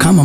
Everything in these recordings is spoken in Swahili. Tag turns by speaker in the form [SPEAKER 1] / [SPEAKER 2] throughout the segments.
[SPEAKER 1] Kama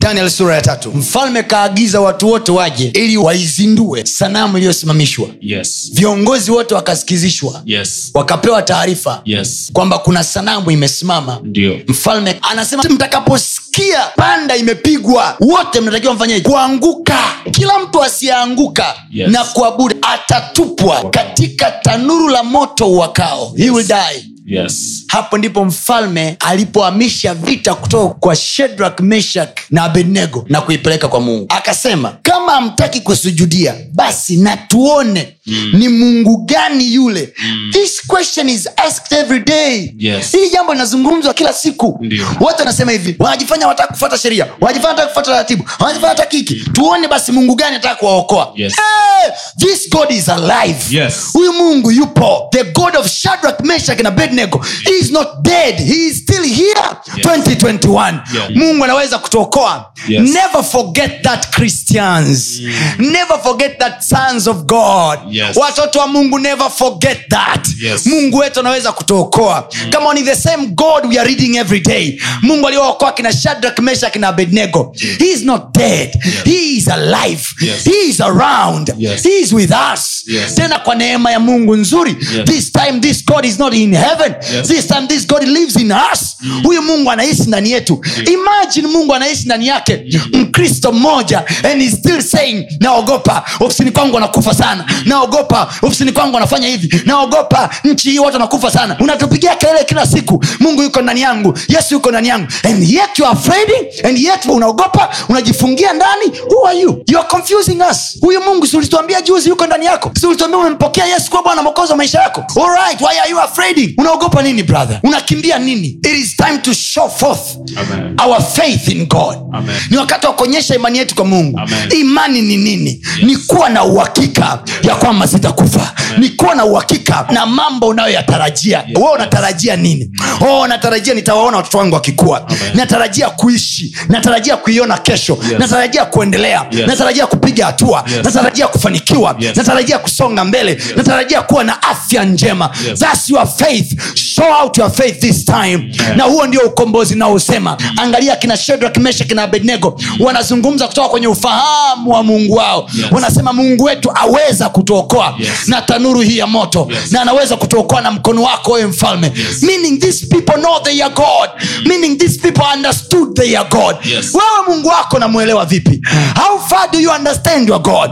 [SPEAKER 2] daniel sura ya tatu mfalme kaagiza watu wote waje ili waizindue sanamu iliyosimamishwa
[SPEAKER 3] yes
[SPEAKER 2] viongozi wote wakasikizishwa
[SPEAKER 3] yes
[SPEAKER 2] wakapewa taarifa
[SPEAKER 3] yes
[SPEAKER 2] kwamba kuna sanamu imesimama
[SPEAKER 3] ndio
[SPEAKER 2] mfalme anasema mtakaposikia panda imepigwa wote mnatakiwa mfanyeje kuanguka kila mtu asiyeanguka
[SPEAKER 3] Yes.
[SPEAKER 2] na kuabudu atatupwa katika tanuru la moto uwakao He will die
[SPEAKER 3] yes
[SPEAKER 2] hapo ndipo mfalme alipohamisha vita kutoka kwa shedrak meshak na abednego na kuipeleka kwa mungu akasema kama hamtaki kusujudia basi natuone mm. ni mungu gani yule mm. this question is asked every day
[SPEAKER 3] Yes.
[SPEAKER 2] hili jambo linazungumzwa kila siku
[SPEAKER 3] Ndio.
[SPEAKER 2] watu wanasema hivi wanajifanya wataka kufuata sheria wanajifanya wataka kufuata taratibu wanajifanya wataki hiki tuone basi mungu gani ataka kuwaokoa
[SPEAKER 3] Yes.
[SPEAKER 2] hey, this god is alive
[SPEAKER 3] Yes.
[SPEAKER 2] huyu mungu yupo the god of shadrach meshak na bednego he is not dead he is still here
[SPEAKER 3] Yes.
[SPEAKER 2] 2021
[SPEAKER 3] Yeah.
[SPEAKER 2] mungu anaweza kutuokoa
[SPEAKER 3] Yes. Mm.
[SPEAKER 2] never forget that christians never forget that sons of god
[SPEAKER 3] Yes.
[SPEAKER 2] watoto wa mungu never forget that
[SPEAKER 3] Yes. Mm.
[SPEAKER 2] mungu wetu anaweza kutuokoa kama ni the same god we are reading every day mungu aliwaokoa kina shadrach meshak na abednego he is not dead he is alive
[SPEAKER 3] Yes.
[SPEAKER 2] he is around
[SPEAKER 3] Yes.
[SPEAKER 2] he is with us
[SPEAKER 3] Yes.
[SPEAKER 2] tena kwa neema ya mungu nzuri
[SPEAKER 3] Yes.
[SPEAKER 2] this time this god is not in heaven
[SPEAKER 3] Yes. Mm.
[SPEAKER 2] this time this god lives in us huyu mungu anaishi ndani yetu imagine mungu anaishi ndani yake
[SPEAKER 3] Mm.
[SPEAKER 2] mkristo mmoja and he's still saying naogopa ofisini kwangu wanakufa sana naogopa ofisini kwangu wanafanya hivi naogopa nchi hii watu wanakufa sana unatupigia kelele kila siku mungu yuko ndani yangu yesu yuko ndani yangu and yet you are afraid and yet unaogopa unajifungia ndani who are you you are confusing us huyu mungu si ulituambia juzi yuko ndani yako si ulituambia umempokea yesu kuwa bwana mokozi wa maisha yako alright why are you afraid unaogopa nini brother unakimbia nini it is time to show forth
[SPEAKER 3] Amen.
[SPEAKER 2] our faith in god
[SPEAKER 3] Amen.
[SPEAKER 2] ni wakati wa kuonyesha imani yetu kwa mungu
[SPEAKER 3] Amen.
[SPEAKER 2] imani ni nini ni kuwa na uhakika ya kwamba sitakufa ni kuwa na uhakika na mambo unayoyatarajia yes. we unatarajia nini oh natarajia nitawaona watoto wangu wakikua natarajia kuishi natarajia kuiona kesho
[SPEAKER 3] Yes.
[SPEAKER 2] natarajia kuendelea
[SPEAKER 3] Yes.
[SPEAKER 2] natarajia kupiga hatua
[SPEAKER 3] Yes.
[SPEAKER 2] natarajia kufanikiwa
[SPEAKER 3] Yes.
[SPEAKER 2] natarajia kusonga mbele natarajia kuwa na afya njema
[SPEAKER 3] Yes.
[SPEAKER 2] That's your faith show out your faith this time na huo ndio ukombozi naosema
[SPEAKER 3] Mm.
[SPEAKER 2] angalia kina shedrak meshak na abednego wanazungumza kutoka kwenye ufahamu wa mungu wao
[SPEAKER 3] Yes.
[SPEAKER 2] wanasema mungu wetu aweza kutuokoa
[SPEAKER 3] Yes.
[SPEAKER 2] na tanuru hii ya moto
[SPEAKER 3] Yes.
[SPEAKER 2] na anaweza kutuokoa na mkono wako wewe mfalme
[SPEAKER 3] Yes. Mm.
[SPEAKER 2] meaning these people know they are god meaning these people understood they are god
[SPEAKER 3] Yes. Mm.
[SPEAKER 2] wewe mungu wako namwelewa vipi how far do you understand your god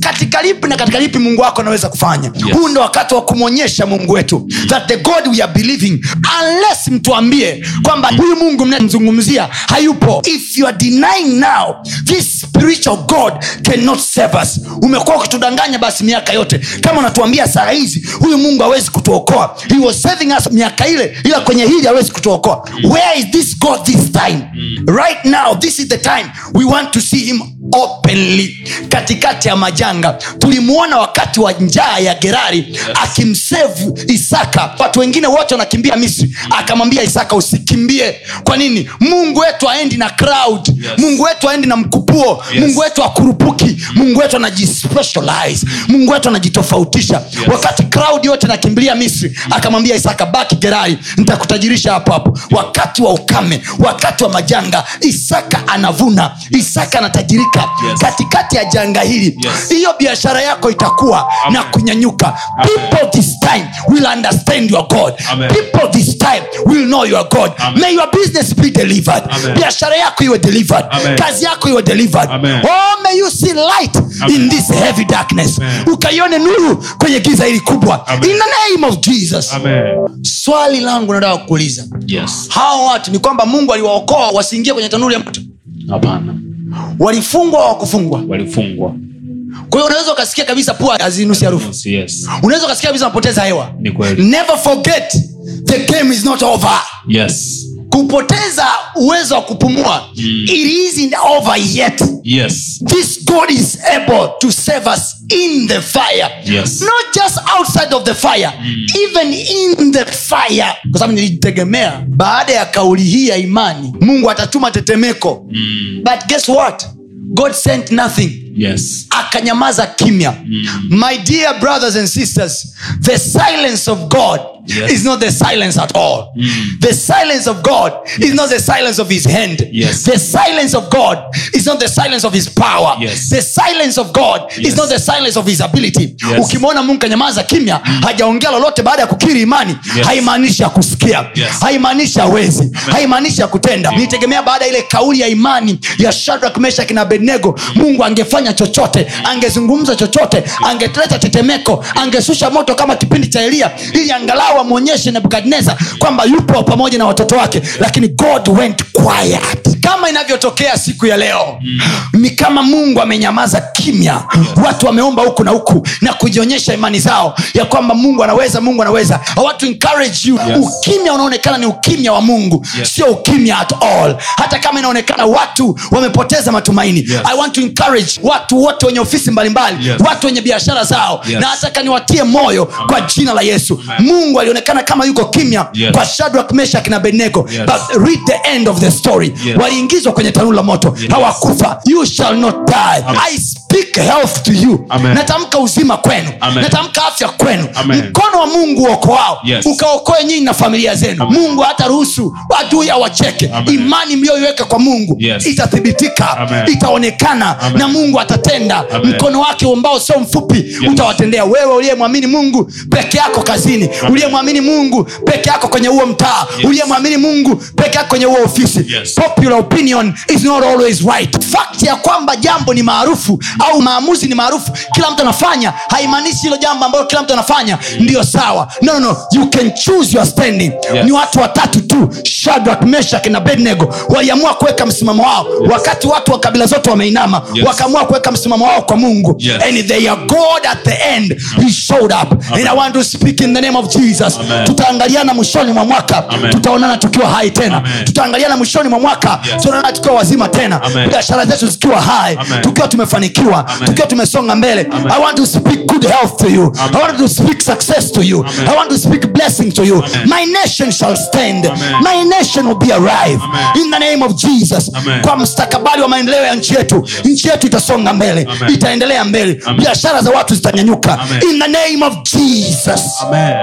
[SPEAKER 2] katika lipi na katika lipi mungu wako anaweza kufanya
[SPEAKER 3] Yes.
[SPEAKER 2] huu ndo wakati wa kumwonyesha mungu wetu that the god we are believing unless mtuambie kwamba huyu mungu mnamzungumzia hayupo if you are denying now this spiritual god cannot save us umekuwa ukitudanganya basi miaka yote kama unatuambia saa hizi huyu mungu hawezi kutuokoa he was saving us miaka ile ila kwenye hili hawezi kutuokoa where is this god this time right now this is the time we want to see him openly katikati ya majanga tulimwona wakati wa njaa ya gerari yes. akimsevu isaka watu wengine wote wanakimbia misri akamwambia isaka usikimbie kwa nini mungu wetu aendi na crowd yes. mungu wetu aendi na mkupuo
[SPEAKER 3] Yes.
[SPEAKER 2] mungu wetu akurupuki mungu wetu anajispecialize mungu wetu anajitofautisha yes. wakati crowd yote nakimbilia misri akamwambia isaka baki gerari nitakutajirisha hapo hapo wakati wa ukame wakati wa majanga isaka anavuna isaka anatajirika
[SPEAKER 3] Yes.
[SPEAKER 2] katikati ya janga hili
[SPEAKER 3] Yes.
[SPEAKER 2] hiyo biashara yako itakuwa
[SPEAKER 3] Amen.
[SPEAKER 2] na kunyanyuka
[SPEAKER 3] Amen.
[SPEAKER 2] people this time will understand your god
[SPEAKER 3] Amen.
[SPEAKER 2] people this time will know your god
[SPEAKER 3] Amen.
[SPEAKER 2] may your business be delivered
[SPEAKER 3] Amen.
[SPEAKER 2] biashara yako iwe delivered
[SPEAKER 3] Amen.
[SPEAKER 2] kazi yako iwe delivered
[SPEAKER 3] Amen.
[SPEAKER 2] oh may you see light
[SPEAKER 3] Amen.
[SPEAKER 2] in this heavy darkness
[SPEAKER 3] Amen.
[SPEAKER 2] ukaione nuru kwenye giza hili kubwa
[SPEAKER 3] Amen.
[SPEAKER 2] in the name of jesus
[SPEAKER 3] Amen.
[SPEAKER 2] swali langu nataka kukuuliza
[SPEAKER 3] yes
[SPEAKER 2] hawa watu ni kwamba mungu aliwaokoa wasiingie kwenye tanuri ya moto
[SPEAKER 3] hapana
[SPEAKER 2] walifungwa au hawakufungwa
[SPEAKER 3] walifungwa
[SPEAKER 2] kwa hiyo unaweza ukasikia kabisa pua hazinusi harufu
[SPEAKER 3] yes
[SPEAKER 2] unaweza ukasikia kabisa unapoteza hewa
[SPEAKER 3] Ni kweli.
[SPEAKER 2] never forget the game is not over
[SPEAKER 3] yes
[SPEAKER 2] kupoteza uwezo wa kupumua
[SPEAKER 3] Mm.
[SPEAKER 2] it isn't over yet
[SPEAKER 3] yes
[SPEAKER 2] this god is able to save us in the fire
[SPEAKER 3] Yes. Mm.
[SPEAKER 2] not just outside of the fire even in the fire kwa sababu nilitegemea baada ya kauli hii ya imani mungu atatuma tetemeko
[SPEAKER 3] mm.
[SPEAKER 2] but guess what god sent nothing
[SPEAKER 3] yes
[SPEAKER 2] akanyamaza kimya
[SPEAKER 3] Mm.
[SPEAKER 2] my dear brothers and sisters the silence of god
[SPEAKER 3] Yes. Mm.
[SPEAKER 2] is not the silence at all the silence of god is not the silence of his hand
[SPEAKER 3] Yes.
[SPEAKER 2] the silence of god is not the silence of his power
[SPEAKER 3] Yes.
[SPEAKER 2] the silence of god is
[SPEAKER 3] Yes.
[SPEAKER 2] not the silence of his ability
[SPEAKER 3] Yes. Mm.
[SPEAKER 2] ukimwona mungu kanyamaza kimya hajaongea lolote baada ya kukiri imani
[SPEAKER 3] Yes.
[SPEAKER 2] haimaanishi akusikia
[SPEAKER 3] Yes.
[SPEAKER 2] haimaanishi awezi haimaanishi ya kutenda nitegemea baada ya ile kauli ya imani ya shadrak meshak na abednego mungu angefanya chochote angezungumza chochote angeleta tetemeko angeshusha moto kama kipindi cha eliya ili angalau amwonyeshe nebukadnezar kwamba yupo pamoja na watoto wake lakini god went quiet kama inavyotokea siku ya leo ni kama mungu amenyamaza kimya watu wameomba huku na huku na kujionyesha imani zao ya kwamba mungu anaweza mungu anaweza I want to encourage you
[SPEAKER 3] Yes.
[SPEAKER 2] ukimya unaonekana ni ukimya wa mungu
[SPEAKER 3] Yes.
[SPEAKER 2] sio ukimya at all hata kama inaonekana watu wamepoteza matumaini
[SPEAKER 3] Yes.
[SPEAKER 2] i want to encourage watu wote wenye ofisi mbalimbali
[SPEAKER 3] Yes.
[SPEAKER 2] watu wenye biashara zao
[SPEAKER 3] Yes.
[SPEAKER 2] na nataka niwatie moyo kwa jina la yesu mungu alionekana kama yuko kimya
[SPEAKER 3] Yes.
[SPEAKER 2] kwa shadrak meshak na abednego
[SPEAKER 3] Yes.
[SPEAKER 2] but read the end of the story
[SPEAKER 3] Yes.
[SPEAKER 2] waliingizwa kwenye tanuru la moto
[SPEAKER 3] Yes.
[SPEAKER 2] hawakufa you shall not die
[SPEAKER 3] Amen.
[SPEAKER 2] i speak health to you
[SPEAKER 3] Amen.
[SPEAKER 2] natamka uzima kwenu
[SPEAKER 3] Amen.
[SPEAKER 2] natamka afya kwenu
[SPEAKER 3] Amen.
[SPEAKER 2] mkono wa mungu uokoao
[SPEAKER 3] Yes.
[SPEAKER 2] ukaokoe nyinyi na familia zenu
[SPEAKER 3] Amen.
[SPEAKER 2] mungu hata ruhusu adui awacheke
[SPEAKER 3] Amen.
[SPEAKER 2] imani mliyoiweka kwa mungu
[SPEAKER 3] Yes.
[SPEAKER 2] itathibitika
[SPEAKER 3] Amen.
[SPEAKER 2] itaonekana
[SPEAKER 3] Amen.
[SPEAKER 2] na mungu atatenda
[SPEAKER 3] Amen.
[SPEAKER 2] mkono wake ambao sio mfupi utawatendea wewe uliyemwamini mungu peke yako kazini uliyemwamini mungu peke yako kwenye huo mtaa
[SPEAKER 3] Yes.
[SPEAKER 2] uliyemwamini mungu peke yako kwenye huo ofisi
[SPEAKER 3] Yes.
[SPEAKER 2] popular opinion is not always right fact ya kwamba jambo ni maarufu au maamuzi ni maarufu kila mtu anafanya haimaanishi hilo jambo ambalo kila mtu anafanya ndiyo sawa no, no, no. you can choose your standing
[SPEAKER 3] Yes.
[SPEAKER 2] ni watu watatu tu shadrak meshak na bednego waliamua kuweka msimamo wao wakati watu wa kabila zote wameinama
[SPEAKER 3] Yes.
[SPEAKER 2] wakaamua kuweka msimamo wao kwa mungu
[SPEAKER 3] Yes.
[SPEAKER 2] and their god at the end he showed up and i want to speak in the name of jesus
[SPEAKER 3] Amen.
[SPEAKER 2] tutaangaliana mwishoni mwa mwaka
[SPEAKER 3] Amen.
[SPEAKER 2] tutaonana tukiwa hai tena
[SPEAKER 3] Amen.
[SPEAKER 2] tutaangaliana mwishoni mwa mwaka
[SPEAKER 3] Yes.
[SPEAKER 2] tunaonana tukiwa wazima tena
[SPEAKER 3] Amen.
[SPEAKER 2] biashara zetu zikiwa hai
[SPEAKER 3] Amen.
[SPEAKER 2] tukiwa tumefanikiwa
[SPEAKER 3] Amen.
[SPEAKER 2] tukiwa tumesonga mbele i want to speak good health to you
[SPEAKER 3] Amen.
[SPEAKER 2] i want to speak success to you
[SPEAKER 3] Amen.
[SPEAKER 2] i want to speak blessing to you
[SPEAKER 3] Amen.
[SPEAKER 2] my nation shall stand
[SPEAKER 3] Amen.
[SPEAKER 2] my nation will be arrive
[SPEAKER 3] Amen.
[SPEAKER 2] in the name of jesus
[SPEAKER 3] Amen.
[SPEAKER 2] kwa mstakabali wa maendeleo ya nchi yetu
[SPEAKER 3] Yes.
[SPEAKER 2] nchi yetu itasonga mbele
[SPEAKER 3] Amen.
[SPEAKER 2] itaendelea mbele
[SPEAKER 3] Amen.
[SPEAKER 2] biashara za watu zitanyanyuka
[SPEAKER 3] Amen.
[SPEAKER 2] in the name of jesus
[SPEAKER 3] amen